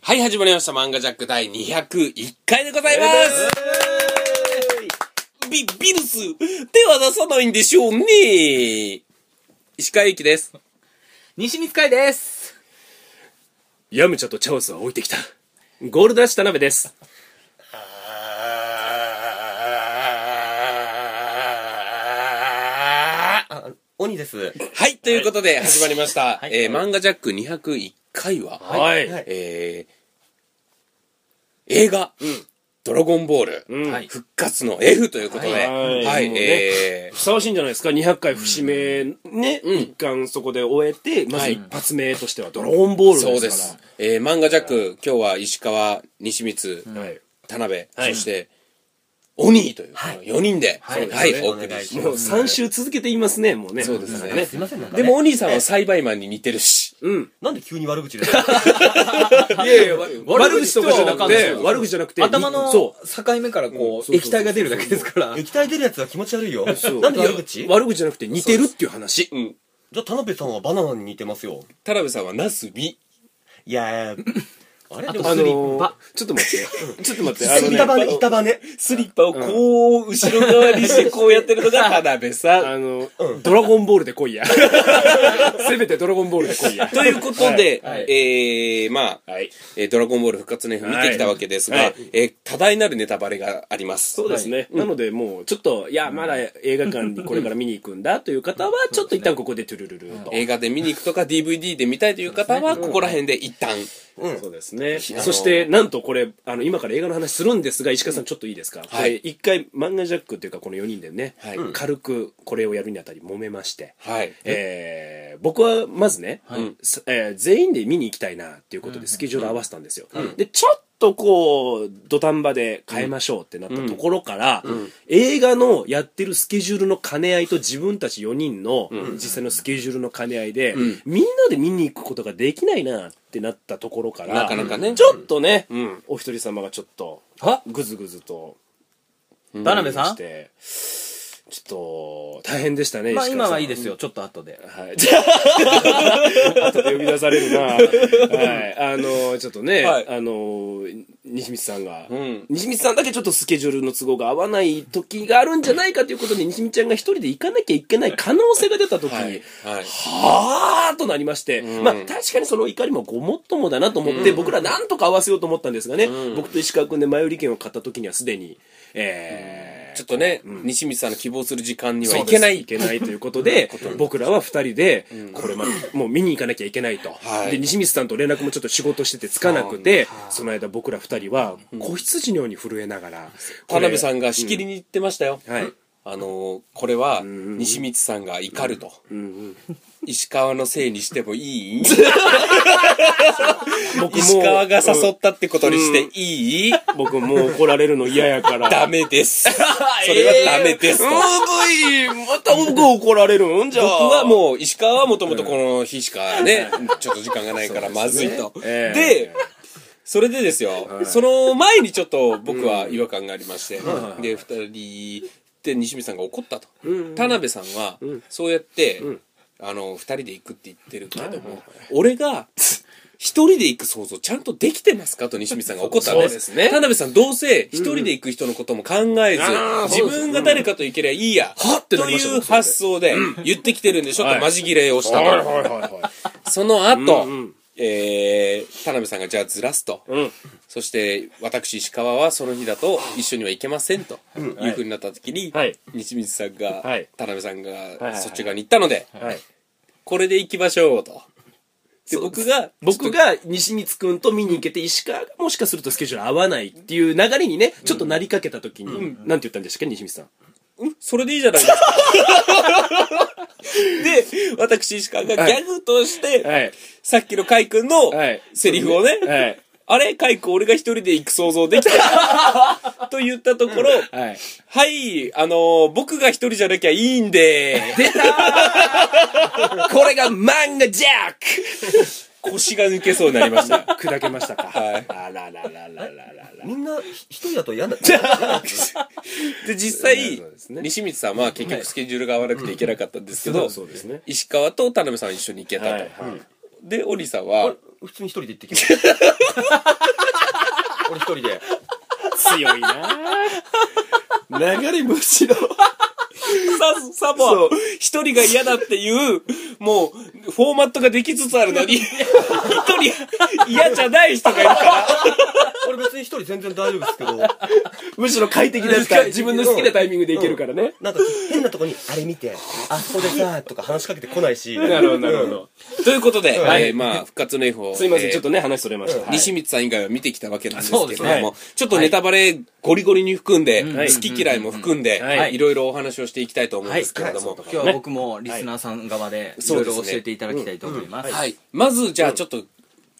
はい、始まりました。漫画ジャック第201回でございます。ビ、ビルス、手は出さないんでしょうね。石川祐希です。西光海です。ヤムチャとチャオスは置いてきた。ゴール出した鍋です。あ、鬼です。はい、ということで始まりました。はいえー、漫画ジャック201回は、はいはいえー、映画、ドラゴンボール、うんはい復活の F ということで、は、はいいはいもうねえーふさわしいんじゃないですか200回節目ね、ん一貫そこで終えてまはずい一発目としては「ドラゴンボール」そうでですすか。えー、漫画ジャック、今日は石川、西光、らはい田辺、はいそして、オニーという、4人で、は、はいいはいおお送願いりししま。ますもう3週続けていますねもうねそうですねねすいません、なんかでねも、オニーさんは栽培マンに似てるし。うんなんで急に悪口ですいやいや悪口とかじゃなくて悪口じゃなくて頭のそ境目からこう、うん液体が出るだけですから。液体出るやつは気持ち悪いよ。うなんで悪口いじや悪口じゃなくて似てるっていう話うん。ゃあ、田辺さんはバナナに似てますよ。田辺さんはナスビ。いやー、あれでもあスのリーちょっと待ってちょっと待ってあのね板バネ、板バネ。スリッパをこう、後ろ側にしてこうやってるのが田辺さん。あのドラゴンボールで来いや せめてドラゴンボールで来 いやということで、はいはいえー、まあ、はいえードラゴンボール復活の F 見てきたわけですが、はいはいえー多大なるネタバレがあります。そうですね、なのでもうちょっといやまだ映画館にこれから見に行くんだという方はちょっと一旦ここでトゥルルルと、映画で見に行くとか DVD で見たいという方は、ここら辺で一旦。そうですねあのそしてなんとこれあの今から映画の話するんですが石川さんちょっといいですか、こはいれ一回漫画ジャックというかこの4人でね、はい軽くこれをやるにあたり揉めまして、はい。えー僕はまずね、すえー全員で見に行きたいなっていうことでスケジュール合わせたんですよ、でちょっとこう土壇場で変えましょうってなったところから、映画のやってるスケジュールの兼ね合いと自分たち4人の実際のスケジュールの兼ね合いで、みんなで見に行くことができないなってなったところからなかなかねちょっとね、んお一人様がちょっとあぐずぐずと田辺さしんてちょっと大変でしたねまあ石川さん今はいいですよ、ちょっと後で。はい。 後で呼び出されるな。はい。あの、ちょっとね、はいあの、西光さんが、ん西光さんだけちょっとスケジュールの都合が合わない時があるんじゃないかということで、西光ちゃんが一人で行かなきゃいけない可能性が出た時に、はい。はい。はあとなりまして、うんまあ確かにその怒りもごもっともだなと思って、僕らなんとか合わせようと思ったんですがね、僕と石川君で前売り券を買った時にはすでに、えーちょっとね、西光さんの希望する時間にはそういですけないいけないということで、僕らは二人で、これま、もう見に行かなきゃいけないと。はいで、西光さんと連絡もちょっと仕事しててつかなくて、その間僕ら二人は、子羊のように震えながら、田辺さん。んがしきりに言ってましたよ、はい。あのーこれは西光さんが怒ると、石川のせいにしてもいい 僕石川がう誘んったってことにしていい、僕もう怒られるの嫌やから。ダメです それはダメですと、うん、また僕怒られるんじゃあ。僕はもう石川はもともとこの日しかね、ちょっと時間がないからまずいと、ええでそれでですよ、その前にちょっと僕は違和感がありまして、で2人で西見さんが怒ったと、田辺さんはそうやって、あの2人で行くって言ってるけども、俺が一人で行く想像ちゃんとできてますかと西見さんが怒ったんでそうすですね田辺さんどうせ一人で行く人のことも考えず、あー自分が誰かと行けりゃいいや、てとなりましたいう僕それで発想で言ってきてるんでしょ、はいとマジ切れをしたはいとはいはいはその後、うんうんえー、田辺さんがじゃあずらすと、い。うん。そして私石川はその日だと一緒には行けませんというふうになった時に、はい西光さんが、はい田辺さんはいがそっち側に行ったので、はい。これで行きましょうと。で僕が僕が西光くんと見に行けて石川がもしかするとスケジュール合わないっていう流れにねちょっとなりかけた時に、なんて言ったんでしたっけ西光さんそれでいいじゃないですか。 で、私石川がギャグとして、はいさっきの海君のはいセリフをね、はいあれ海君俺が一人で行く想像できた と言ったところ、はいはい、あのー僕が一人じゃなきゃいいんで、出たーこれが漫画ジャッ腰が抜けそうになりま した。ク砕けましたか、はいあらららららららみんな、ひ一人だと嫌だ。で、実際、そうですね西光さんは結局スケジュールが合わなくて行けなかったんですけど、そうですね石川と田辺さんは一緒に行けたと。はいはいで、オリさんは、普通に一人で行ってきま した。俺一人で。強いな流れむしろ。ササボは一人が嫌だっていう、もう、フォーマットができつつあるのに、一人嫌じゃない人がいるから、俺別に一人全然大丈夫ですけど、むしろ快適だった。自分の好きなタイミングでいけるからね。なんか変なとこに、あれ見て、あそこでさ、とか話しかけてこないし。なるほど、なるほど。ということで、はいえーまあ、復活の F を。すいませえん、ーちょっとね、話それました。はい西光さん以外は見てきたわけなんですけれども、そうですねちょっとネタバレゴリゴリに含んで、はい好き嫌いも含んで、はいい、ろいろお話をしていきたいと思うんですけれども、今日は僕もリスナーさん側でいそろういですろ教ねえていただきたいと思います、はい、まずじゃあちょっと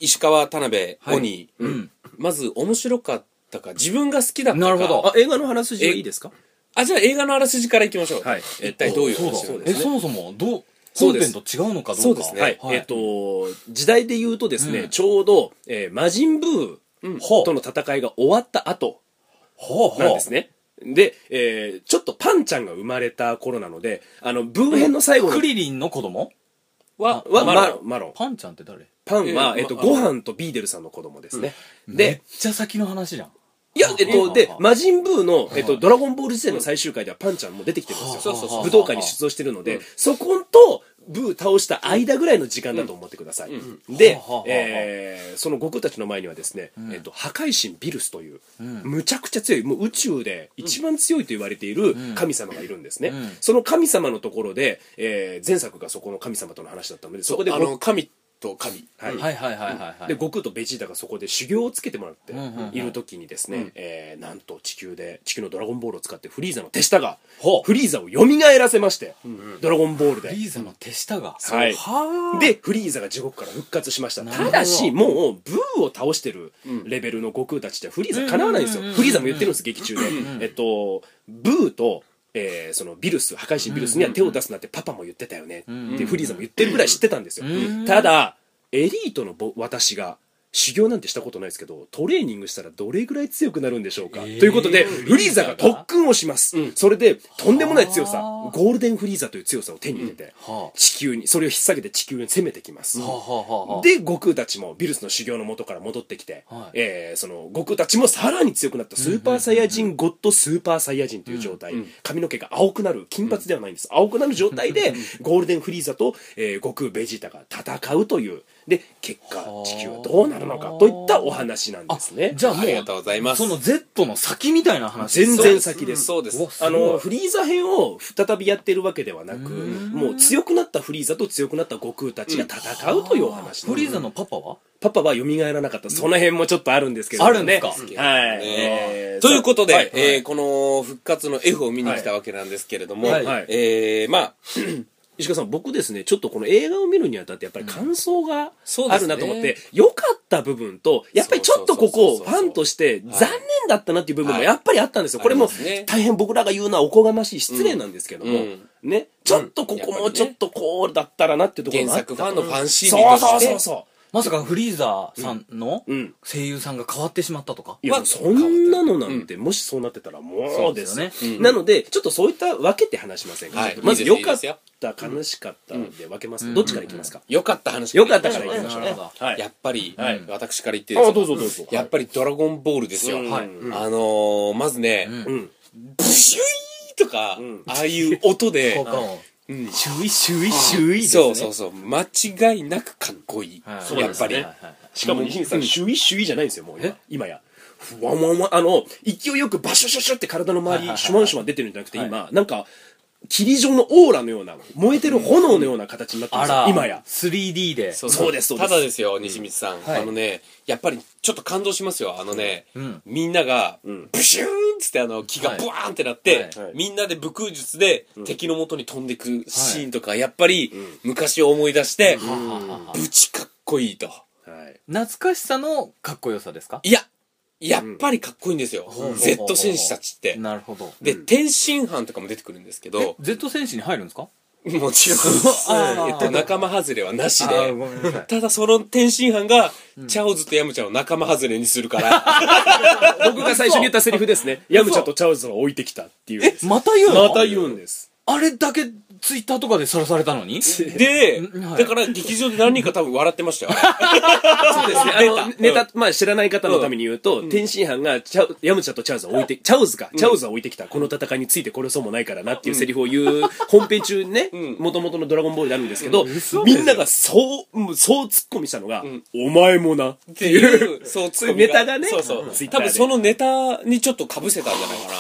石川田辺、鬼、んまず面白かったか自分が好きだったかなるほど映画の話はいいですかあじゃあ映画のあらすじからいきましょう、はい一体どういうそう話なんだでえすかそもそもどうそう本です編と違うのかどうかそうですねはい。はいえっ、と、時代で言うとですね、ちょうど、えー、魔人ブーとの戦いが終わった後ほうほうなんですね。で、えー、ちょっとパンちゃんが生まれた頃なので、あの、ブー編の最後のクリリンの子供ははまマあロン、マロン。パンちゃんって誰パンは、えーえっと、まご飯とビーデルさんの子供ですね。めっで、ちゃ先の話じゃんいや、えっはと、あでは、あ魔人ブーの、えっと、ドラゴンボール時代の最終回ではパンちゃんも出てきてるんですよ。はあそうそうそう武道会に出場してるので、そこと、ブー倒した間ぐらいの時間だと思ってください。ではあはあはあ、えーその悟空たちの前にはですね、えっと、破壊神ビルスという、んむちゃくちゃ強い、もう宇宙で一番強いと言われている神様がいるんですねうん。その神様のところで、えー前作がそこの神様との話だったので、そこであご、の神と神はいはいはいはいはいはいで悟空とベジータがそこで修行をつけてもらってうんうんうんいる時にですね、えーなんと地球で地球のドラゴンボールを使ってフリーザの手下がほうフリーザを蘇らせまして、ドラゴンボールでリーザの手下がはいはあでフリーザが地獄から復活しましたなるほたどだしもうブーを倒してるレベルの悟空たちってフリーザかなわないんですようんうんうんうんフリーザも言ってるんです劇中でえっとブーとえーそのビルス破壊神ビルスには手を出すなってパパも言ってたよねんってフリーザも言ってるぐらい知ってたんですようんただエリートのぼ私が修行なんてしたことないですけどトレーニングしたらどれぐらい強くなるんでしょうか、えーということでフリーザフリーザが特訓をします、それでとんでもない強さはあゴールデンフリーザという強さを手に入れて、はあ地球にそれを引っ提げて地球に攻めてきます、はあはあはあで悟空たちもビルスの修行の元から戻ってきて、はいえーその悟空たちもさらに強くなったスーパーサイヤ人ゴッドスーパーサイヤ人という状態、髪の毛が青くなる金髪ではないんです、青くなる状態でゴールデンフリーザと、えー悟空ベジータが戦うというで結果はあ地球はどうなるのかといったお話なんですねじゃあもうありがとうございますその Z の先みたいな話全然先ですそうですうわあすごのいフリーザ編を再びやってるわけではなくもう強くなったフリーザと強くなった悟空たちが戦うというお話なんフですリーザのパパはパパは蘇らなかったその辺もちょっとあるんですけどねあるんですかはいえーということで、はいえーこの復活の F を見に来たわけなんですけれども、はいはいえーまあ石川さん僕ですねちょっとこの映画を見るにあたってやっぱり感想がそうであするねなと思って良、かった部分とやっぱりちょっとここそうそうそうそうファンとして残念だったなっていう部分もはいやっぱりあったんですよ、これあもりますね大変僕らが言うのはおこがましい失礼なんですけども、うんねちょっとここもちょっとこうだったらなっていうところ原もあっ作たファンのファンそ心う理とそしうてそうそうまさかフリーザさんのうん声優さんが変わってしまったとかいや、まあそんなのなんて、もしそうなってたらもうですそうでねすなのでちょっとそういった分けて話しませんか、はいちょっとまず良かいいっですよた悲しかったで分けます、どっちからいきますか、良かった話良かったからいきましょうなるほはいやっぱり、はい私から言っていいですあかどうぞどうぞやっぱりドラゴンボールですよ。うんははいあい。のー、まずね、うんブシュイーとか、ああいう音で効、果音うんシュイシュイシュイですねそうそうそう、間違いなくかっこいい。はいやっぱり。はいはいしかも西口さん、シュイシュイじゃないんですよもう今え今やふわんわんわんあの勢いよくバシュシュシュって体の周はいはいり、はいシュワンシュワン出てるんじゃなくて今、なんか霧状のオーラのような燃えてる炎のような形になってまあすよ、ら今や 3D でそそうですそうでたすだですよ、西光さん。はいあのね、やっぱりちょっと感動しますよ。あのね、んみんなが、ブシューンっつってあの、気がはいブワーンってなって、はいはいみんなで武空術で敵の元に飛んでくシーンとか、やっぱり昔を思い出して、ブチかっこいいと。はい懐かしさのかっこよさですかいや、やっぱりかっこいいんですよ。うん Z 戦士たちって。なるほどで、天津飯とかも出てくるんですけえど、 Z 戦士に入るんですかもちろん、あーえっと、仲間外れはなしで、めんなさいただその天津飯が、チャオズとヤムちゃんを仲間外れにするから、僕が最初に言った セリフですねヤムチャとチャウズを置いてきたっていうまた言うのまた言うんですあれだけツイッターとかでさらされたのにで、うんはいだから劇場で何人か多分笑ってましたよ。そうですね。あの、ネネタタ、まあ知らない方のために言うと、天津飯がチャウ、ヤムチャとチャウズを置いて、チャウズか、チャウズは置いてきた、この戦いについてこれそうもないからなっていうセリフを言う、本編中にね、元々のドラゴンボールであるんですけど、みんながそう、もうそう突っ込みしたのが、お前もな。っていう、そう、ツッコミネタがねそうそう。ツイッタ多ーで分そのネタにちょっと被せたんじゃないかな。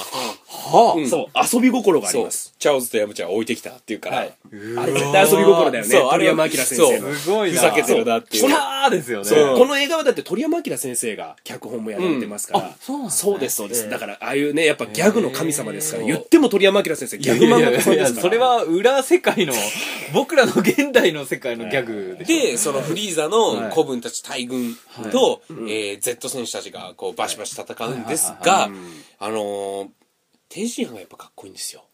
はそう、遊び心がありそう。まチす。ャオズとヤムチャは置いてきたっていうから。はい。あれ絶対遊び心だよねそう、あれは鳥山明先生のそう。すごいふなざけてるなっていう。きたーですよねそううんこの映画はだって鳥山明先生が脚本もやられてますから、うんあそうなんですねですそうです、だからああいうねやっぱギャグの神様ですから、言っても鳥山明先生ギャグ漫画家さんいでやすからそれは裏世界 の僕らの現代の世界のギャグでしょで、そのフリーザの子分たち大軍と、えー Z 戦士たちがこうバシバシ戦うんですが、あのー、天津飯がやっぱかっこいいんですよ。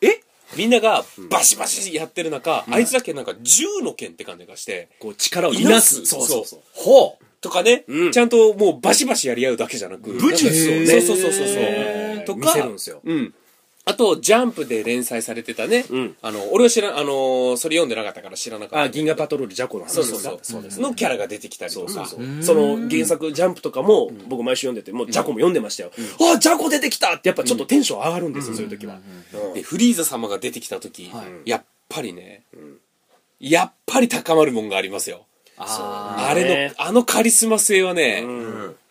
えみんながバシバシやってる中、あいつだけなんか銃の剣って感じがして、こう力をいなすいなすそうそうそうほうとかね、うんちゃんともうバシバシやり合うだけじゃなく、武術をねそうそうそうそうそう。と見かせ、るんですようん。あと、ジャンプで連載されてたね、んあの、俺は知ら、あのーそれ読んでなかったから知らなかった。あ銀河パトロールジャコの話そでうすそかうそう。そうですのキャラが出てきたりとそうそうかそ。うその原作ジャンプとかも僕毎週読んでてもうジャコも読んでましたよ、ああジャコ出てきたってやっぱちょっとテンション上がるんですよ、そういう時は、で、フリーザ様が出てきた時、やっぱりね、やっぱり高まるもんがありますよ。ああれの、あのカリスマ性はね、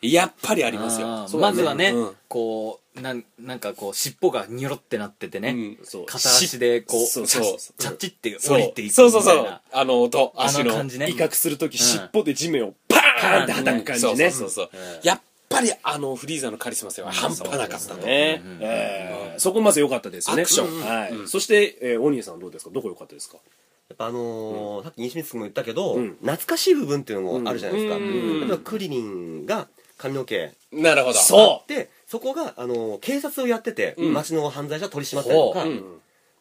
やっぱりありーますよ。あーまずはねうんこうなんなんかこう尻尾がニョロってなっててねうんそう片足でこうそうチャそうチャッチってそう降りていくみたそいうなそうそう。あの音、あ足のの。感じね威嚇する時うん尻尾で地面をパーンって叩く感じね、うんそうそうそうそうやっぱりあのフリーザのカリスマ性は半端なかったとね、えーそこまず良かったですよねアクションはいそして、えー、オニエさんどうですかどこ良かったですかやっぱあのーさっき西光君も言ったけど、うん懐かしい部分っていうのもあるじゃないですか、うん例えばクリリンが髪の毛なるほどそうでそこが、あのー警察をやってて、うん街の犯罪者取り締まったりとか、ほうう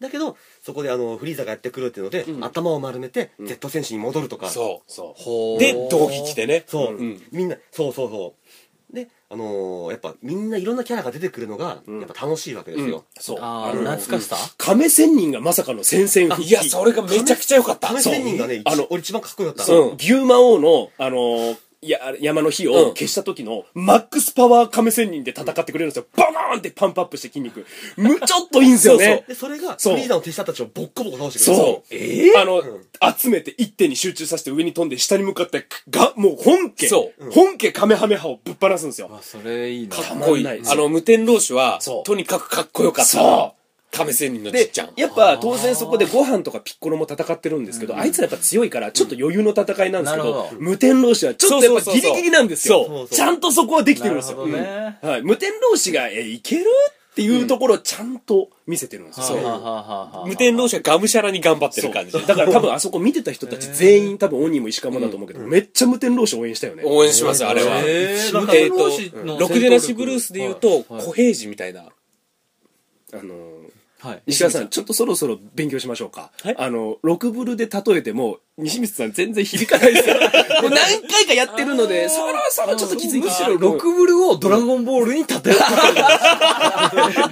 だけどそこで、あのーフリーザがやってくるっていうので、頭を丸めて、Z 戦士に戻るとかそそううほうで同期来てねそう、うんみんなそうそうそうであのーやっぱみんないろんなキャラが出てくるのが、やっぱ楽しいわけですよ、そうあーの懐かしさ亀仙人がまさかの戦線復帰いやそれがめちゃくちゃ良かった亀そう仙人がね一あの俺一番かっこよかったそう、うん牛魔王の、あのーや山の火うをん消した時の、マックスパワー亀仙人で戦ってくれるんですよ。ババーンってパンプアップして筋肉。むちょっといいんですよね。でそれがフそうリーザの手下たちをボッコボコ倒してくれるそう。えあの、集めて一手に集中させて上に飛んで下に向かって、が、もう本家、そう本家カメハメハをぶっ放すんですよ。あそれいいなかっこいいたまんないあの無天老師はそうとにかくかっこよかったそう亀仙人のちっでちゃん、やっぱ当然そこでご飯とかピッコロも戦ってるんですけど、あいつらやっぱ強いから、ちょっと余裕の戦いなんですけなるどほ、ど無天老師はちょっとやっぱギリギリなんですそよ。うそうちゃんとそこはできてるんですよ。なるほどねうんはい、無天老師が、え、いけるっていうところをちゃんと見せてるんですよ。はあはあはあはあ無天老師はがむしゃらに頑張ってる感じそうだから多分あそこ見てた人たち全員多分オニーも石川もだと思うけど、めっちゃ無天老師応援したよね。応援しますあれはへー無無天天老師のろくでなしブルースで言うとはい小平次みたいなあのーはい石川さん、ちょっとそろそろ勉強しましょうか。はいあの、6ブルで例えても、西光さん全然響かないですよ。もう何回かやってるの で、そろそろちょっと気づいてむししまろうロクブルをドラゴンボールに例え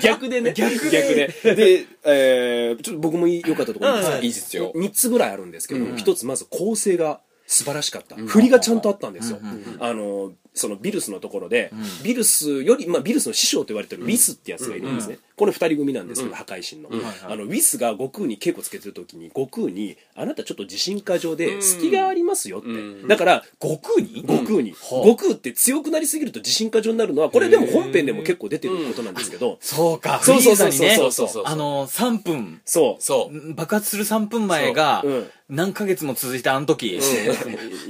逆でね。逆で。で、えー、ちょっと僕もいい良かったところいいですかいいですよ3つぐらいあるんですけど、一1つまず構成が素晴らしかった、振りがちゃんとあったんですよ、あのそのビルスのところで、ビルスより、まあ、ビルスの師匠と言われてるウィスってやつがいるんですね、この2人組なんですけど、破壊神の、あのウィスが悟空に稽古つけてる時に悟空に「あなたちょっと自信過剰で隙がありますよ」って、だから悟空に悟空に、悟空って強くなりすぎると自信過剰になるのはこれでも本編でも結構出てることなんですけど、そうか フそリうそーうそザうにそうねそうそうそうあの3分そうそう爆発する3分前がそううん何ヶ月も続いたあの時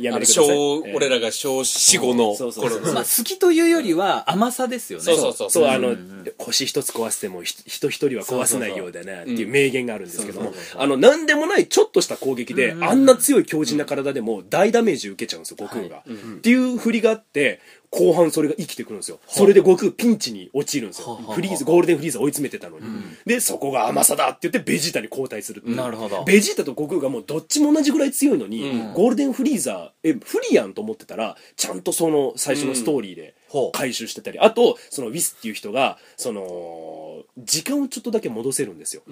やあめのてください小えー俺らが小四五のそう頃そうそうまあ好きというよりは甘さですよねそうそうそうそうあの、腰一つ壊してもひ人一人は壊せないようだなっていう名言があるんですけども、あの何でもないちょっとした攻撃で、あんな強い強靭な体でも大ダメージ受けちゃうんですよ悟空が、っていう振りがあって後半それが生きてくるんですよ、それで悟空ピンチに陥るんですよ、はあはあフリーズゴールデンフリーズ追い詰めてたのに、でそこが甘さだって言ってベジータに交代するっていうなるほどベジータと悟空がもうどっちも同じぐらい強いのに、ゴールデンフリーザーえフリアンと思ってたらちゃんとその最初のストーリーでほう回収してたり、あとそのウィスっていう人がその時間をちょっとだけ戻せるんですよ、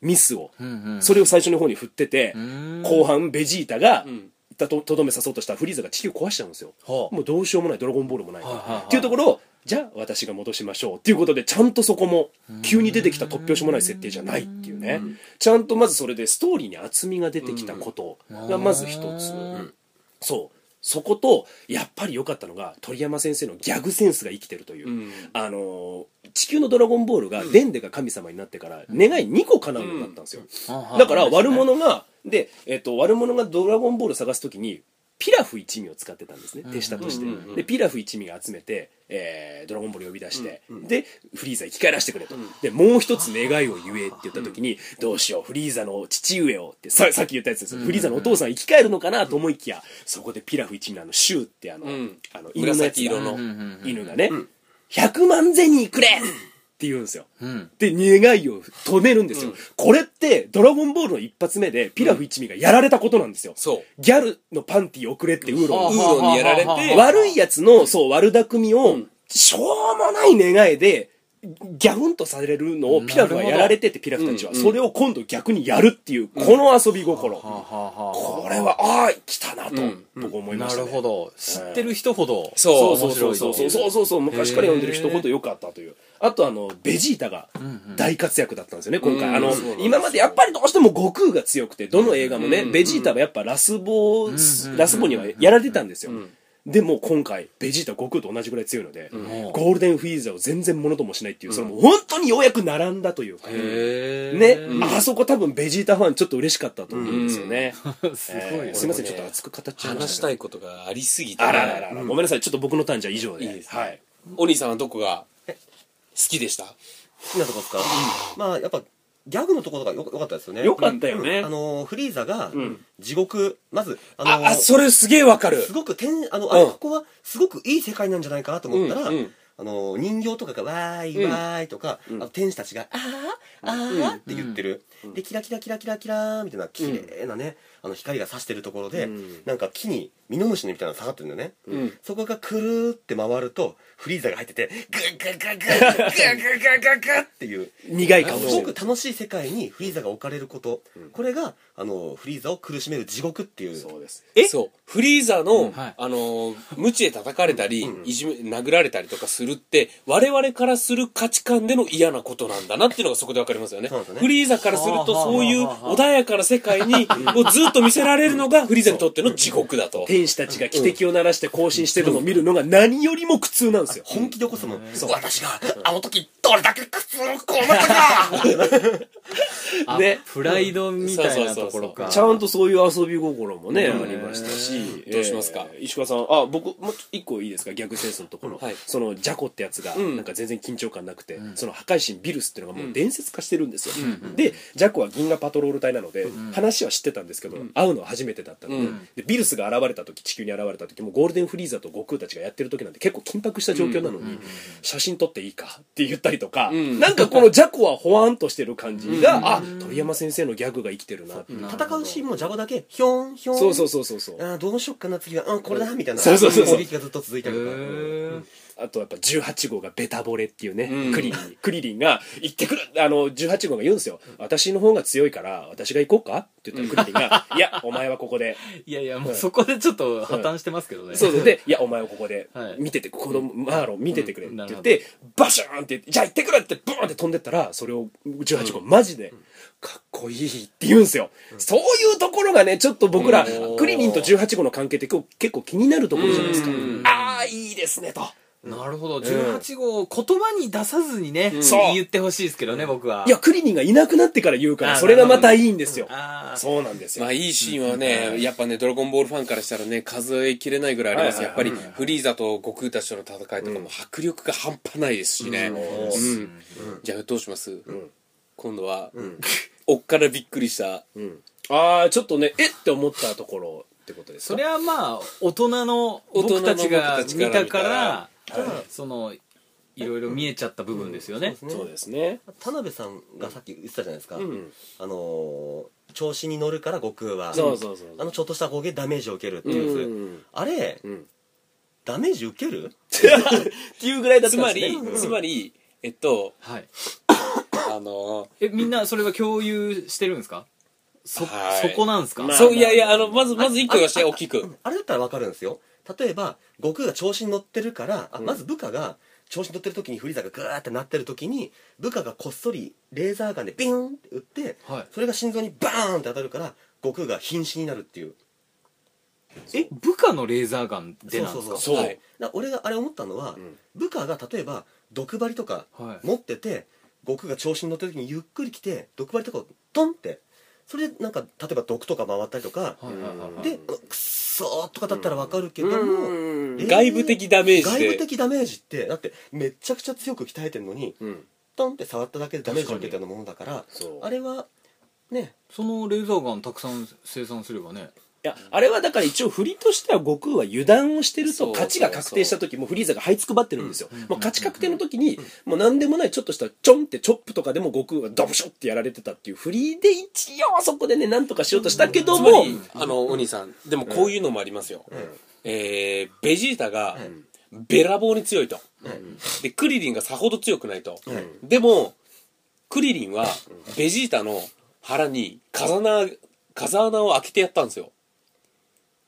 ミスを、んうんそれを最初の方に振ってて、ん後半ベジータが、んたととどめさそうとしたらフリーザが地球壊しちゃうんですよ、はあもうどうしようもないドラゴンボールもない、はいはいはいっていうところをじゃあ私が戻しましょうっていうことでちゃんとそこも急に出てきた突拍子もない設定じゃないっていうね、ちゃんとまずそれでストーリーに厚みが出てきたことがまず一つ、そうそことやっぱり良かったのが鳥山先生のギャグセンスが生きてるという、うんあのー地球のドラゴンボールがデンデが神様になってから願い2個叶うようになったんですよ、だから悪者がで、えっと悪者がドラゴンボールを探す時にピラフ一味を使ってたんですね手下として、うんうんうんでピラフ一味が集めて、えードラゴンボール呼び出して、でフリーザ生き返らせてくれと、でもう一つ願いを言えって言った時に、どうしようフリーザの父上をってささっき言ったやつです、フリーザのお父さん生き返るのかなと思いきやそこでピラフ一味のあのシューってあの,、うんあの犬のやつ紫が色の犬がね、100万銭くれって言うんですよ、うんで願いを止めるんですよ、これって「ドラゴンボール」の一発目でピラフ一味がやられたことなんですよ、そうギャルのパンティーくれってウーロンウーロンにやられはあはあては悪いやつのそう悪巧みを、しょうもない願いでギャフンとされるのをピラフがやられててピラフたちは、それを今度逆にやるっていうこの遊び心、これはああ来たなと僕思いまなした、るねほど知ってる人ほどそうそうそうそうそうそうそうそう昔から読んでる人ほど良かったというあとあのベジータが大活躍だったんですよね今う回んあの今までやっぱりどうしても悟空が強くてどの映画もねベジータはやっぱラスボーラスボにはやられてたんですよでも今回ベジータ悟空と同じぐらい強いのでゴールデンフリーザを全然ものともしないっていうそれも本当にようやく並んだというかへねーあそこ多分ベジータファンちょっと嬉しかったと思うんですよねすごいえよーすいませんちょっと熱く語っちゃいま話ししたたねいことがありすぎてあららららごめんなさいちょっと僕のターンじゃ以上でいいですねはいお兄さんはどこが好きでした好きなとこですか、まあやっぱギャグのところがよよかったですよねよかったよねうんあのーフリーザが地獄、まずあのーああそれすげえわかるすごく天あの、うんあここはすごくいい世界なんじゃないかなと思ったら、うんうんあの人形とかがわーいわーいとか、あと天使たちがあーあーって言ってる、でキラキラキラキラキラーみたいな綺麗なね、あの光が差してるところで、なんか木にミノムシみたいなの下がってるんだよね、んそこがくるーって回るとフリーザが入っててグッグッグッグッグッグッグッグッグッっていう。苦い顔すしてごるく楽しい世界にフリーザが置かれること、これがあのフリーザを苦しめる地獄っていうそうですえそうフリーザの、はいあのー鞭で叩かれたり、いじめ殴られたりとかするって我々からする価値観での嫌なことなんだなっていうのがそこでわかりますよねそうですねフリーザからするとはあはあそういう穏やかな世界にをずっと見せられるのがフリーザにとっての地獄だと天使たちが汽笛を鳴らして行進してるのを見るのが何よりも苦痛なんですよ本気で起こすもん、私があの時どれだけ苦痛をこうなったかあねプライドみたいなところかちゃんとそういう遊び心もね、ありましたし、どうしますかえー石川さんあ僕もう一個いいですか逆戦争のところ、はいそのジャコってやつがんなんか全然緊張感なくて、その破壊神ビルスっていうのがもう伝説化してるんですよ、でジャコは銀河パトロール隊なので、話は知ってたんですけど、会うのは初めてだったので,、でビルスが現れた時地球に現れた時もゴールデンフリーザと悟空たちがやってる時なんて結構緊迫した状況なのに、写真撮っていいかって言ったりとか、んなんかこのジャコはほわんとしてる感じが、あ鳥山先生のギャグが生きてるなっていう戦うシーンもジャゴだけヒョンヒョンそうそうそうそうそうあーどうしよっかな次はあーこれだみたいなそうそうそうそう攻撃がずっと続いたりとかあとやっぱ18号がベタボレっていうね、クリリンクリリンが「行ってくる!」あの18号が言うんですよ「私の方が強いから私が行こうか?」って言ったらクリリンが「いやお前はここで」いやいやもうそこでちょっと破綻してますけどねそうそうで「いやお前はここで、はい見ててこのマーロン見ててくれ」っうてん言って、バシャーンって「じゃあ行ってくる!」ってブーンって飛んでったらそれを18号、マジで。かっこいいって言うんですよ、そういうところがねちょっと僕らうんクリリンと18号の関係って結構結構気になるところじゃないですかうんああいいですねと なるほど18号言葉に出さずにねそう言ってほしいですけどね僕はいや、クリリンがいなくなってから言うから、あーそれがまたいいんですよ。あーそうなんですよ。まあいいシーンはね、やっぱね、ドラゴンボールファンからしたらね、数えきれないぐらいあります。はいやはっいぱり、フリーザと悟空たちとの戦いとかも迫力が半端ないですしね。うん。じゃあどうします今度は、おっからびっくりした。ああ、ちょっとね、えって思ったところってことですそかれはまあ大人の僕たちが大人の僕たちから見見たらたからそのいろいろ見えちゃった部分ですよねそうですね。田辺さんがさっき言ってたじゃないですか、あのー調子に乗るから悟空はそうそうそうあのちょっとした攻撃ダメージを受けるっていうやつ、うんあれ、んダメージ受けるっていうぐらいだっつたんまですね。り、つまり、えっと、はいあののえみんなそれは共有してるんですかそはいそこなんですか、まあそういやいやあのまずまず一個言わして大きくあれだったらわかるんですよ例えば悟空が調子に乗ってるから、あまず部下が調子に乗ってる時にフリーザがグーってなってる時に部下がこっそりレーザーガンでビュンって撃って、はいそれが心臓にバーンって当たるから悟空が瀕死になるっていうえ部下のレーザーガンでなんですかそうはいだから俺があれ思ったのは、部下が例えば毒針とかはい持ってて、悟空が調子に乗ってる時にゆっくり来て毒針とかをドンってそれでなんか例えば毒とか回ったりとか、はいはいはいはいでうわくっそーとかだったらわかるけども、うんえー外部的ダメージで外部的ダメージってだってめちゃくちゃ強く鍛えてるのに、うんトンって触っただけでダメージを受けたようなものだからそうあれはねそのレーザーガンたくさん生産すればねいや、あれはだから一応振りとしては悟空は油断をしてるそうと勝ちが確定した時もうフリーザが這いつくばってるんですよ。もう勝ち確定の時にもう何でもないちょっとしたちょんってチョップとかでも悟空はドブショってやられてたっていう振りで一応そこでねなんとかしようとしたけどつまもりあのお兄さんでもこういうのもありますよ、えーベジータがべらぼうに強いと、でクリリンがさほど強くないと、でもクリリンはベジータの腹に風穴風穴を開けてやったんですよっ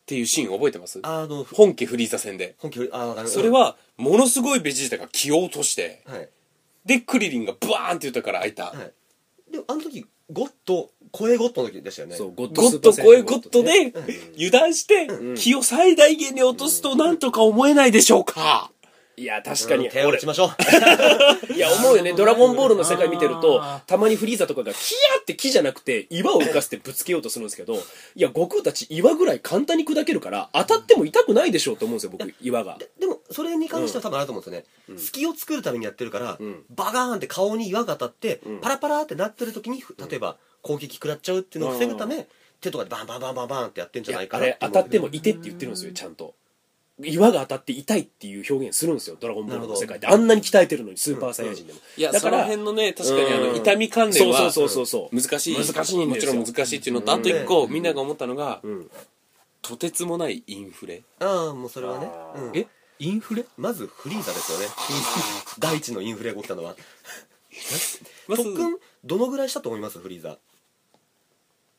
ていうシーン覚えてますあのふ本家フリーザ戦で本気あわかるそれはものすごいベジータが気を落としてはいでクリリンがバーンって言ったから開いた、はいでもあの時ゴッド声ゴッドの時でしたよねそうゴッゴドッド超えゴッドねで油断して気を最大限に落とすとなんとか思えないでしょうかいや確うかんに手を打俺ちましょういや思うよね「ドラゴンボール」の世界見てるとあーたまにフリーザとかが「キヤ!」って木じゃなくて岩を浮かせてぶつけようとするんですけどいや悟空たち岩ぐらい簡単に砕けるから当たっても痛くないでしょうと思うんですよ僕岩が。ででもそれに関しては多分あると思うんですよね隙を作るためにやってるからバガーンって顔に岩が当たってパラパラってなってる時にふ例えば攻撃食らっちゃうっていうのを防ぐため手とかでバンバンバンバンバンってやってんじゃないかあなれ当たってもいてって言ってるんですよちゃんと岩が当たって痛いっていう表現するんですよ「ドラゴンボール」の世界であんなに鍛えてるのにスーパーサイヤ人でも、いやだそかのら辺のね確かにあうのん痛み関連はそうそうそうそうそう難しい難しいんもでちすろよん難しいっていうのとあと一個みんなが思ったのがんとてつもないインフレああもうそれはねうんえインフレまずフリーザですよね第一のインフレが起きたのはまず特訓どのぐらいしたと思いますフリーザ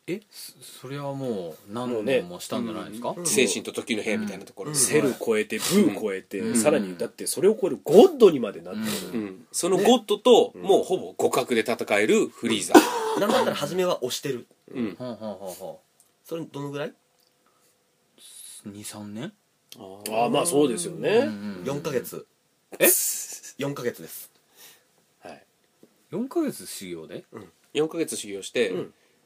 えそそれはもう何年もしたんじゃないですか、精神と時の部屋みたいなところセル超えてブー超えて、さらにだってそれを超えるゴッドにまでなってる、うんそのゴッドともうほぼ互角で戦えるフリーザなんだったら初めは押してるうんはあはあはあはそれどのぐらいあ23年ああまあそうですよね、 4ヶ月え4ヶ月ですはい、 4ヶ月修行で4ヶ月修行して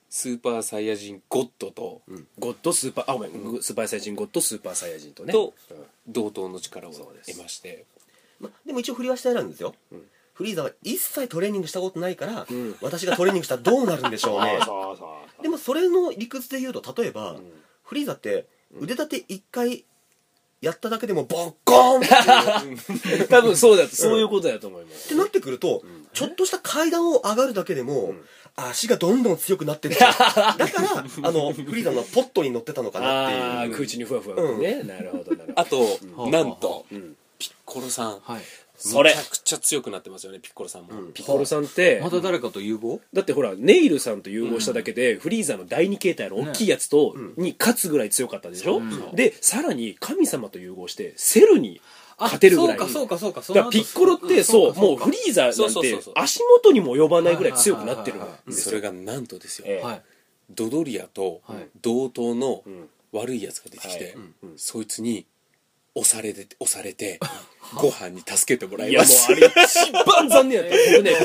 スーパーサイヤ人ゴッドとゴッドスーパーあごめん、スーパーサイヤ人ゴッドスーパーサイヤ人とねと同等の力を得ましてま、でも一応振りはしてあるんですよ、フリーザは一切トレーニングしたことないから、私がトレーニングしたらどうなるんでしょう ねそうそうでもそれの理屈で言うと例えば、フリーザって腕立て一回やっただけでもボッコーンって 多分そうだとそういうことだと思います、ってなってくると、ちょっとした階段を上がるだけでも、足がどんどん強くなってっちゃうだからあのフリーザのポットに乗ってたのかなっていうああ空中にふわふわね、なるほどなるほどあと、うんなんと、ピッコロさん、はいそれめちゃくちゃ強くなってますよねピッコロさんも、ピコロさんってまた誰かと融合だってほらネイルさんと融合しただけで、フリーザの第二形態の大きいやつと、に勝つぐらい強かったでしょ、でさらに神様と融合してセルに勝てるぐらいそうかそうかそうかそだのから後ピッコロってそうもうフリーザそうなんそうそうてそう足元にも及ばないぐらい強くなってるんはいはいはいはですそれがなんとですよ、ええはいドドリアとはい同等の悪いやつが出てきて、はいそいつに押されて押され てご飯に助けてもらいいやまもうすあれ一番残念やった僕ね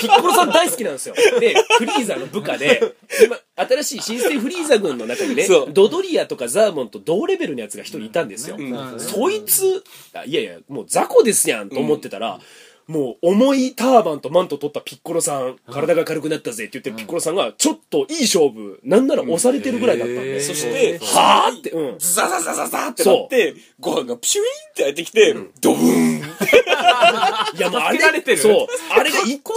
ピッコロさん大好きなんですよでフリーザの部下で今新しい新生フリーザ軍の中にねそうドドリアとかザーモンと同レベルのやつが一人いたんですよ、うんそいつあいやいやもう雑魚ですやんと思ってたら、もう重いターバンとマント取ったピッコロさん体が軽くなったぜって言ってるピッコロさんがちょっといい勝負なんなら押されてるぐらいだったんうんで、へーそそししててはあってうんザザザザザってなってご飯がピシュインって開いてきて、ドブーンいや、もうあれ、助けられてるそう。あれが一個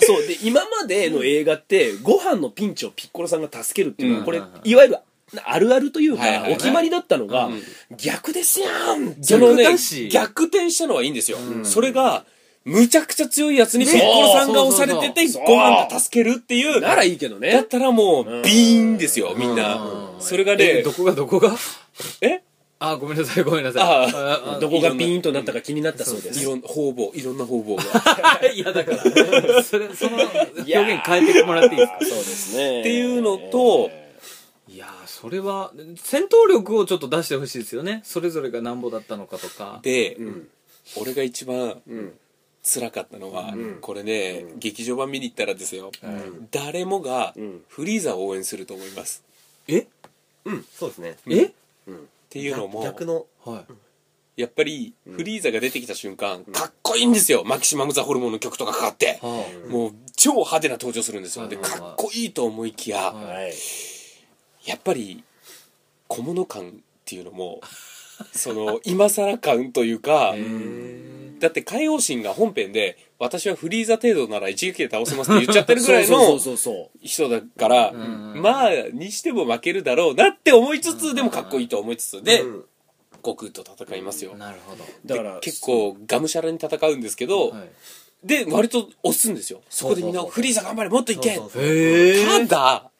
そう。で、今までの映画って、ご飯のピンチをピッコロさんが助けるっていうのは、これ、いわゆる、あるあるというかはいはいは、いお決まりだったのが、逆ですやんその逆ねだし逆転したのはいいんですよ、それがむちゃくちゃ強いやつにピッコロさんが押されててそうそうそごう飯が助けるっていうならいいけどだっね。たらもうビーンですよみんなそれがえねどこがどこがえあごめんなさいごめんなさいあああどこがピーンとなったか気になったそうでいす。ろん方々いろんな方々があいやだからそれその表現変えてもら っていいですかそうですね。っていうのといやーそれは戦闘力をちょっと出してほしいですよねそれぞれがなんぼだったのかとかで俺が一番辛かったのはこれね劇場版見に行ったらですよ誰もがフリーザを応援すると思いますえうんそうですねえっていうのも逆のはいやっぱりフリーザが出てきた瞬間、かっこいいんですよマキシマム・ザ・ホルモンの曲とかかかって、はもう超派手な登場するんですよではいはいはいかっこいいと思いきや、ははい。やっぱり小物感っていうのもその今更感というかあへーだって海王神が本編で私はフリーザ程度なら一撃で倒せますって言っちゃってるぐらい そのうそうそう人だからんまあにしても負けるだろうなって思いつつでもかっこいいと思いつつでうん悟空と戦いますよなるほどそう。だから、結構がむしゃらに戦うんですけど、はいで割と押すんですよそこでみんな「フリーザ頑張れもっといけそうそうへえただ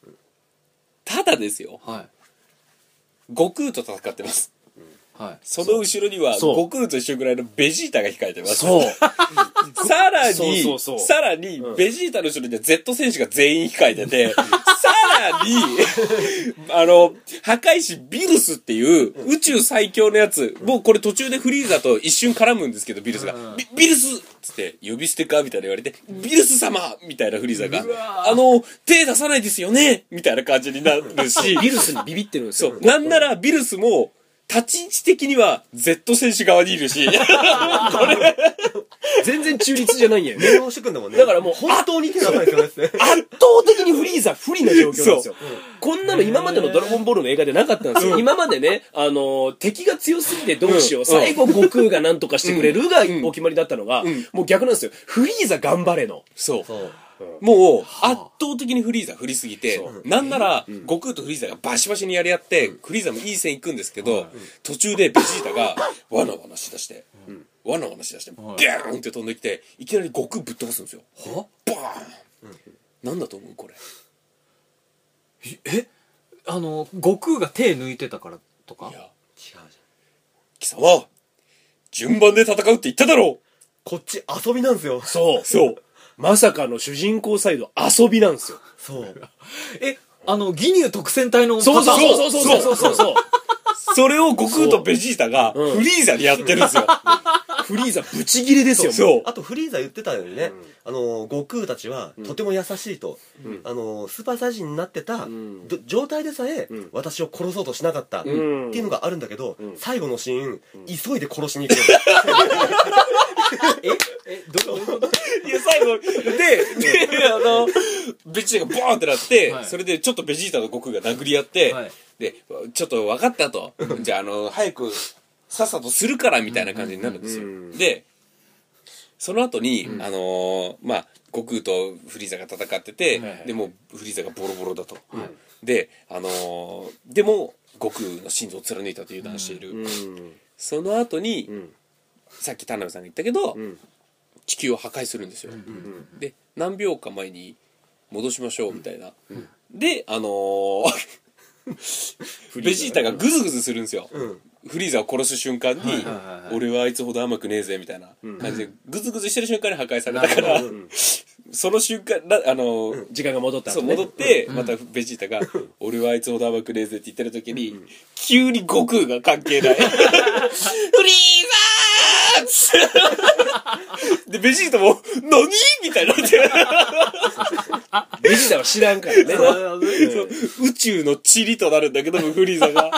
ただですよはい悟空と戦ってますはいその後ろにはそう悟空と一緒ぐらいのベジータが控えてますそう。さらにそうそうそうさらに、ベジータの後ろには Z 選手が全員控えて てさらに あの破壊士ビルスっていう宇宙最強のやつもうこれ途中でフリーザと一瞬絡むんですけどビルスが「ビビルス!」っつって呼び捨てかみたいな言われて「ビルス様!」みたいなフリーザが「あの手出さないですよね!」みたいな感じになる しビルスにビビってるんですそよ。う。なんなら、ビルスも、立ち位置的には、Z 選手側にいるし、全然中立じゃないんやよね。電話してくんだもんねだからもう本当に手出さないですよねって圧倒的にフリーザ不利な状況なんですよ。こんなの今までのドラゴンボールの映画でなかったんですよ。今までね、あのー、敵が強すぎてどうしよう、うん最後悟空が何とかしてくれるがお決まりだったのが、もう逆なんですよ。フリーザ頑張れの。そう。そうもう、圧倒的にフリーザ振りすぎて、なんなら、悟空とフリーザがバシバシにやり合って、フリーザもいい線行くんですけど、途中でベジータ が、わなわなしだして、わなわなしだして、ビューンって飛んできて、いきなり悟空ぶっ飛ばすんですよ。はバーンなんだと思うこれ。えあの悟空が手抜いてたからとかいや、違うじゃん貴様、順番で戦うって言っただろうこっち遊びなんですよそう。そう。まさかの主人公サイド遊びなんですよ。そうえあの義乳特選隊のそうそうパそうそうそうそうそう。 それを悟空とベジータが、フリーザでやってるんですよ。フリーザブチギレですよ。そうあとフリーザ言ってたようにね、あの悟空たちはとても優しいと、あのスーパーサイジになってた、ど状態でさえ、私を殺そうとしなかった、んっていうのがあるんだけど、最後のシーン、急いで殺しに行く よえどういうこといや、最後、で、で、あの、ベジータがボーンってなって、はいそれでちょっとベジータと悟空が殴り合って、はいで、ちょっと分かったと。じゃあ、あの、早く、さっさとするから、みたいな感じになるんですよ。で、その後に、あのーまあ、悟空とフリーザが戦ってて、はいはいでもうフリーザがボロボロだと。で、あのーでも、悟空の心臓を貫いたと油断している。その後に、さっき田辺さんが言ったけど、地球を破壊するんですよ、で何秒か前に戻しましょうみたいな、であの ーベジータがグズグズするんですよ、フリーザを殺す瞬間に、はいはいはいはい俺はあいつほど甘くねえぜみたいな感じでグズグズしてる瞬間に破壊されたから、 その瞬間なあのー時間が戻ったそ後うね。戻ってまたベジー タが「俺はあいつほど甘くねえぜ」って言ってる時に急に悟空が関係ない 「フリーザー!」 でベジータも「何?」みたいになってベジータは知らんからね。そう宇宙の塵となるんだけどもフリーザが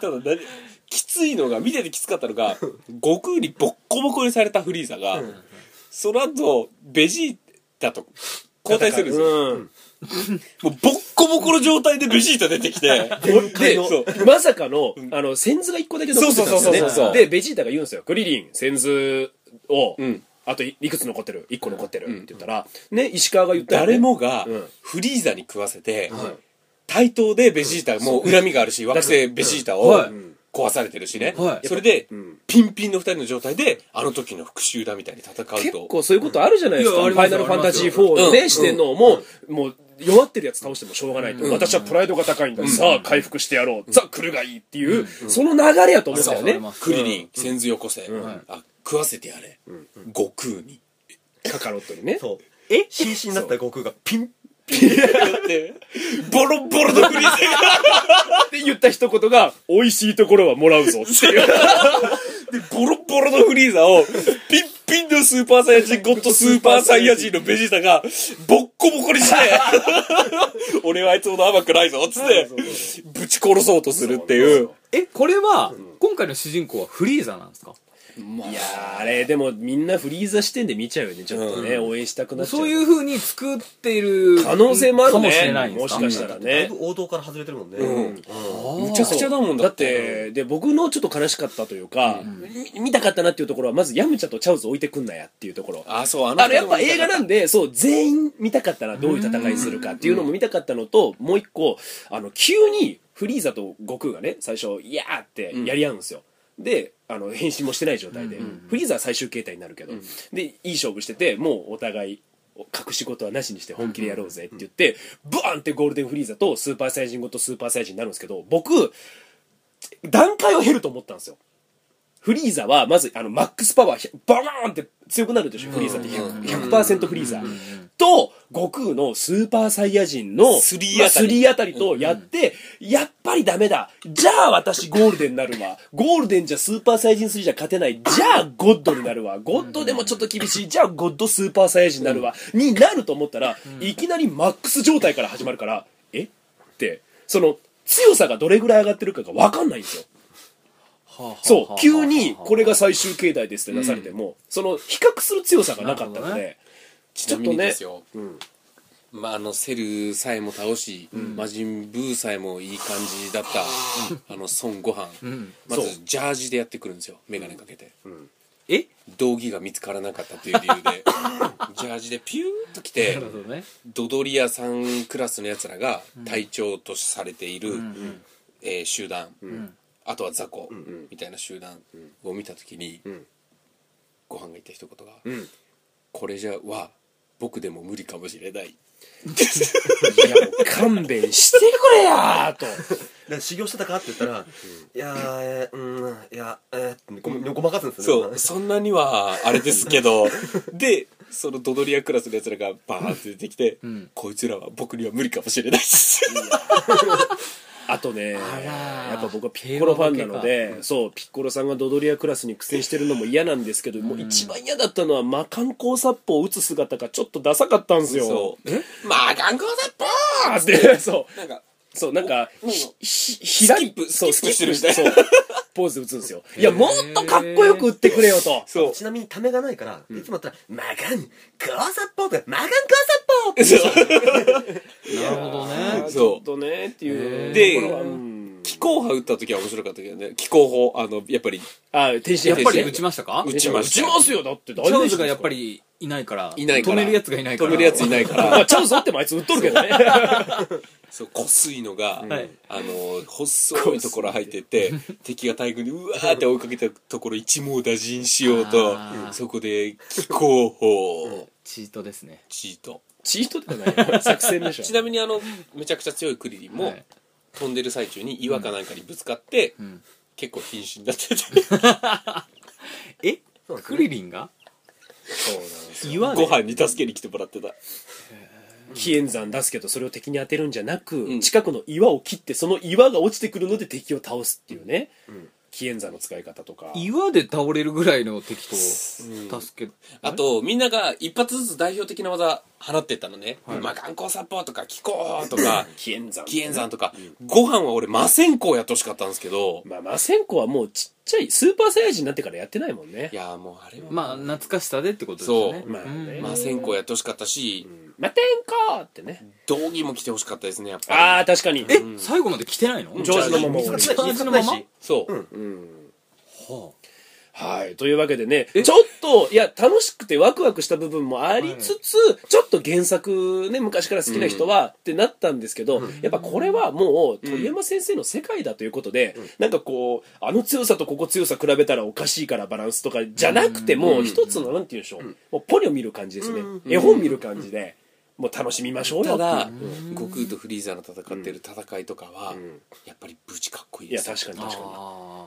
ただ何きついのが見ててきつかったのが悟空にボッコボコにされたフリーザがその後ベジータと交代するんですようん。もうボッコボコの状態でベジータ出てきてでそうまさかの、あの、センズが一個だけ残ってたんですよね。そうそうそうそうそうで、ベジータが言うんですよ。グリリン、センズを、うんあといいくつ残ってる一個残ってる、って言ったら、ね、石川が言ったよね誰もがうんフリーザに食わせて、対等でベジータもう恨みがあるし惑星ベジータをはい殺壊されてるしね、はいそれで、ピンピンの二人の状態であの時の復讐だみたいに戦うと結構そういうことあるじゃないですか。いやあフりまァイすナよルファンタジーあります4よをね、してんのをもう、もう、弱ってるやつ倒してもしょうがないと。私はプライドが高いんだ。さあ、回復してやろう。ザ・クルがいいっていう、その流れやと思ってたよね。クリリン千頭よこせ、んあ食わせてやれ、悟空にカカロットにね。そうえ新進だった悟空がピンでボロボロのクリリンって言った一言が、美味しいところはもらうぞっていう。ボロボロのフリーザ を、ピンピンのスーパーサイヤ人、ゴッドスーパーサイヤ人のベジータが、ボッコボコにして、 俺はあいつほど甘くないぞ、つって、ぶち殺そうとするっていう。えこれは、今回の主人公はフリーザなんですかいやーあれ、でもみんなフリーザ視点で見ちゃうよね。ちょっとね、応援したくなっちゃう。そういう風に作っている可能性もあるね。かもしれないんでもすかしかしたらだいね。ぶ王道から外れてるもんね、むちゃくちゃだもんだだっ。ってて、で、僕のちょっと悲しかったというか、み見たかったなっていうところは、まずヤムチャとチャウズ置いてくんなやっていうところ。あ、そう、あのあのやっぱ映画なんで、そう、全員見たかったらどういう戦いするかっていうのも見たかったのと、もう一個、あの、急にフリーザと悟空がね、最初、いやーってやり合うんですよ。で、あの、変身もしてない状態で、フリーザは最終形態になるけど、で、いい勝負してて、もうお互い、隠し事はなしにして本気でやろうぜって言って、ブワンってゴールデンフリーザとスーパーサイヤ人ごとスーパーサイヤ人になるんですけど、僕、段階を経ると思ったんですよ。フリーザは、まず、あの、マックスパワー、バーンって強くなるでしょ、フリーザって100。100%フリーザ。と、悟空のスーパーサイヤ人の、スリーまああたりスリーあたりとやって、やっぱりダメだ。じゃあ私ゴールデンになるわ。ゴールデンじゃスーパーサイヤ人3じゃ勝てない。じゃあゴッドになるわ。ゴッドでもちょっと厳しい。じゃあゴッドスーパーサイヤ人になるわ。になると思ったら、いきなりマックス状態から始まるから、えって、その、強さがどれぐらい上がってるかがわかんないんですよ。そう、急にこれが最終形態ですって出されても、その比較する強さがなかったのなるほどで、ちちょょっっととねね、まあ、あのセルさえも倒し、魔人ブーさえもいい感じだった、あの孫悟飯、まずジャージでやってくるんですよ眼鏡かけて、え道着が見つからなかったという理由 でジャージでピューッと来てなるほどねドドリアさんクラスのやつらが隊長とされている、えー集団、あとは雑魚みたいな集団を見た時に、ご飯が言った一言が「これじゃは僕でも無理かもしれない」いやもう勘弁してくれやー と。で修行してたかって言ったら「いやーえーうんいやえーごごまかすんですよねそみんなう、そんなには、あれですけ ど、で、そのドドリアクラスの奴らがバーンって出てきて、こいつらは僕には無理かもしれないです。あとね、やらーっぱ僕はピッコロファンなので、そう、ピッコロさんがドドリアクラスに苦戦してるのも嫌なんですけど、もう一番嫌だったのは魔漢光殺法を打つ姿がちょっとダサかったんですよそ。う。まあ、眼光殺法あで、 そう。なんか、そう、なんか、ひ、ひ、スひらキりップ、そう、スキップしてるスキップみたいそう、ポーズ打つんですよ。いや、もっとかっこよく打ってくれよと。そう。ちなみにためがないから、いつもだったら「マガンガーサッポー」とか「マガンガーサッポー」なるほどねそうちょっとね、っていう。でところはうん気候派打った時は面白かったけどね、気候法、あの、やっぱり、あ、天使やっぱりう打ちましたか打打ちました。打ちますよ、だって。チチャウズがやっぱ。りいないからいないから。止めるやつがいないから止めるやついないかまあ、ら、チャンスあってもあいつ打っとるけどね。そう、こすいのが、はいあの、細いところ入ってて、敵が大群にうわーって追いかけたところ一網打尽しようとあ、ーそこで、気候法、チートですねチート。チートではないよ作戦 でしょ。ちなみにあのめちゃくちゃ強いクリリンも、はい飛んでる最中に岩かなんかにぶつかって、ん結構瀕死になっててえそうですねクリリンがそうなんですよ岩ごで飯に助けに来てもらってた紀元山出すけど、それを敵に当てるんじゃなく、うん近くの岩を切って、その岩が落ちてくるので敵を倒すっていうね。紀元山の使い方とか。岩で倒れるぐらいの敵と助けあとみんなが一発ずつ代表的な技放ってったのね、まあ眼光殺法とか気候とか紀元山。紀元山とか、ご飯は俺魔線香やってほしかったんですけど、まあ、魔仙子はもうちっちゃい、スーパーサイヤ人になってからやってないもんねい。やーもうあれは、まあ懐かしさでってことですよねそうまあうんね。魔線香やってほしかったし、魔天子ってね。道着も着てほしかったですねやっぱりああ、確かに。え最後まで来てないの上手まの桃見つ折かってないり見つかってないしそう、うん。ははい。というわけでね、ちょっと、いや、楽しくてワクワクした部分もありつつ、ちょっと原作ね、昔から好きな人は、ってなったんですけど、やっぱこれはもう、鳥山先生の世界だということで、なんかこう、あの強さとここ強さ比べたらおかしいからバランスとか、じゃなくても、一つの、なんて言うんでしょう、もうポニョ見る感じですね。絵本見る感じで、もう楽しみましょうよたっていうだ悟空とフリーザの戦ってる戦いとかは、やっぱりブチかっこいいいでや、す確かに確かに。あ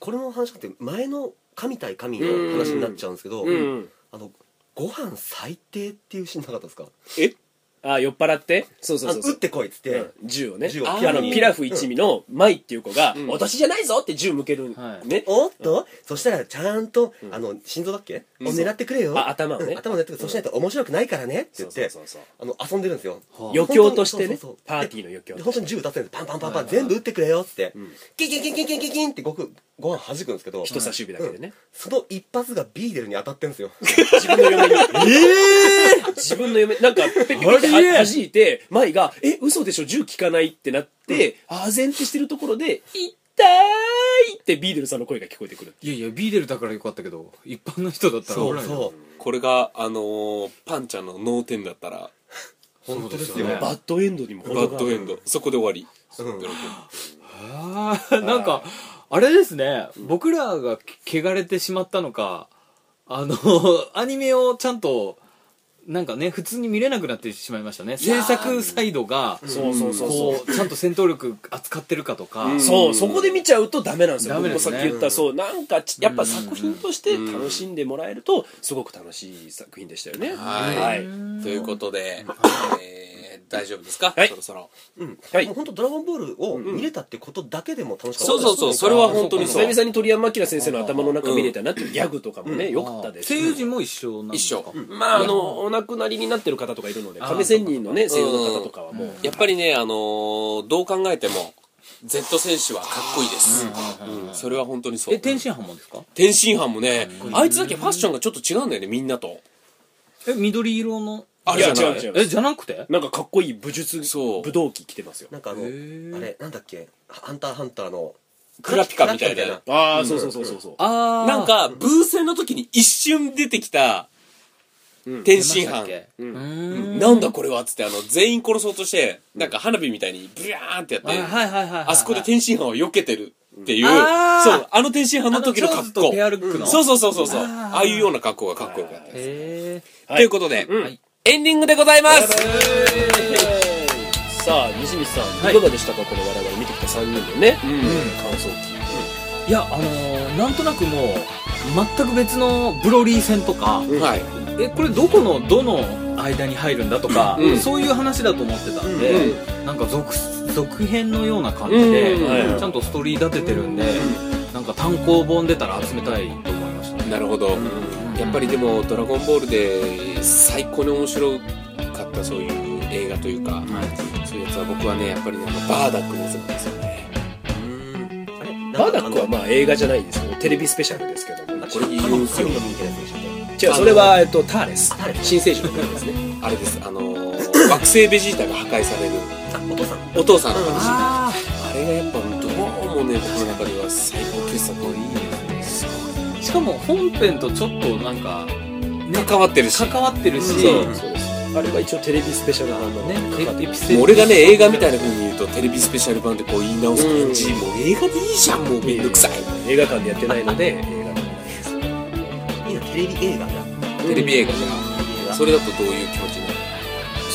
これの話って前の神対神の話になっちゃうんですけど、うん。あのご飯最低っていうシーンなかったですかえあ、酔っ払ってそうそうあそうのそう撃っ。てこいっつって、うん銃をね銃をあピラフのにピラフ一味の舞っていう子がん「私じゃないぞ!」って銃向けるんはいねおっと、そしたらちゃんと、あの心臓だっけ、を狙ってくれよあ頭をねうん頭を狙ってくれ、そうしないと面白くないからねって言ってそうそうそあうの遊んでるんですよあ余興としてねそうそうそうパーティーの余興で本当に銃出せるんですパンパンパンパン全部撃ってくれよっつって、キンキンキンキンキンキンキンってごくご飯弾くんですけど人差し指だけでねその一発がビーデルに当たってるんですよ自分の嫁に自分の嫁なんかペッペッペッっては弾いて舞が「え嘘でしょ銃効かない」ってなってあぜんってしてるところで「痛い!」ってビーデルさんの声が聞こえてくるいやいやビーデルだからよかったけど一般の人だったら そう危ないなそうこれがあのーパンちゃんの脳天だったら本当ですそうよですよねバッドエンドにもバッドエンドドそこで終わりうんあー なんかあれですね僕らが汚れてしまったのかあの アニメをちゃんとなんかね普通に見れなくなってしまいましたね制作サイドがそうそうそうそうこうちゃんと戦闘力扱ってるかとかそう、そこで見ちゃうとダメなんですよ。ダメです僕ねもさっき言った、そう、なんかち、やっぱ作品として楽しんでもらえると、すごく楽しい作品でしたよね。はいはい。ということで、えー大丈夫ですか、はいそろそろはいもう本当ドラゴンボールを見れたってことだけでも楽しかったそうそうそうそれは本当にそ久う々に鳥山明先生の頭の中見れたなっていうギャグとかもね、良かったです。声優陣も一緒なんで一すか緒、まあ、あの、お亡くなりになってる方とかいるので、亀仙人のね、声優の方とかはもう、やっぱりね、あのーどう考えても Z 選手はかっこいいです、うんそれは本当にそうえ天津飯もですか天津飯もねあいつだけファッションがちょっと違うんだよねみんなとえ緑色のあれじゃないや違う違うえじゃなくてなんかかっこいい武術、そう武道着着てますよ。なんかあのーあれなんだっけハンターハンターのクラピカみたいなああ、そうそうそうそうそう。ああなんかブー戦の時に一瞬出てきた天津飯、うんなんだこれはっつってあの全員殺そうとしてなんか花火みたいにブリャーンってやってあはいはいはいはいあそこで天津飯を避けてるっていう、あそーうあの天津飯の時のあの格ジョーズと好ペアルックのそうそうそうそうそうあーああいうような格好がかっこよかったですへえということで、はいエンディングでございますさあ、西光さん、はいいかがでしたかこの我々見てきた3人のね、感想を聞いて。いやあのーなんとなくもう全く別のブロリー戦とかはいえこれどこのどの間に入るんだとかうんそういう話だと思ってたんでなんか続続編のような感じでうんはいちゃんとストーリー立ててるんでなんか単行本出たら集めたいと思いましたねなるほど、やっぱりでも「ドラゴンボール」で最高に面白かったそういう映画というか、そういうやつは僕はねやっぱりねあのバーダックのやつなんですよねあれなんかバダックはまあ映画じゃないですけど、テレビスペシャルですけども、これ言うんすよ。神の神の神の神の違う、それは、えっと、ターレスターレ。ス新生児の映画ですね。あれですあの ー惑星ベジータが破壊されるあお父さんお父さんの話、ああれがやっぱどうもね僕の中では最高傑作のいいですねあしかも本編とちょっとなんか関わってるし関わってるしそうそうです。あれは一応テレビスペシャル版のね、ねエピもセう俺がね映画みたいなな風に言うとテレビスペシャル版でこう言い直す感じ、もう映画でいいじゃんもうめんどくさい、映画館でやってないので、映画館いいなテレビ映画だテレビ映画じ映ゃ画んそれだとどういう気持ちになる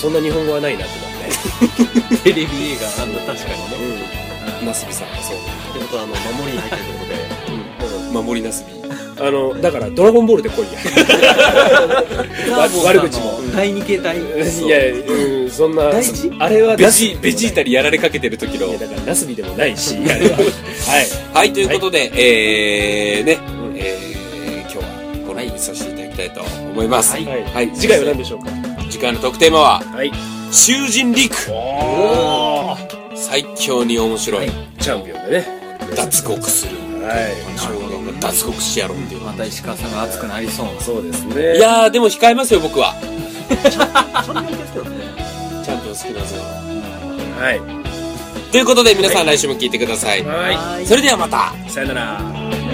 そんな日本語はないなってなって。テレビ映画なんだ確かにねなすびさんがそうってことはあの守りに入ってるってことで守りなすびあの、だから、ドラゴンボールで来いや。ザーボンさんの悪口も第二形態いや、うん、そんな、大事あれはベナスビジでもないベジータにやられかけてる時のいやだから、ナスビでもないし、あれは。はい。はいということで、えーね、んえー今日はこの辺にさせていただきたいと思います、はいはい次回は何でしょうか次回の特テーマははい。 「囚人陸おー最強に面白い、チャンピオンでね。脱獄する」はい。なるほど脱獄してやろうっていう、また石川さんが熱くなりそうなそうですね。いやーでも控えますよ僕は そんなに気をつけたんですねちゃんと好きなんですよはい。ということで皆さん来週も聞いてください、はい。それではまたさよなら。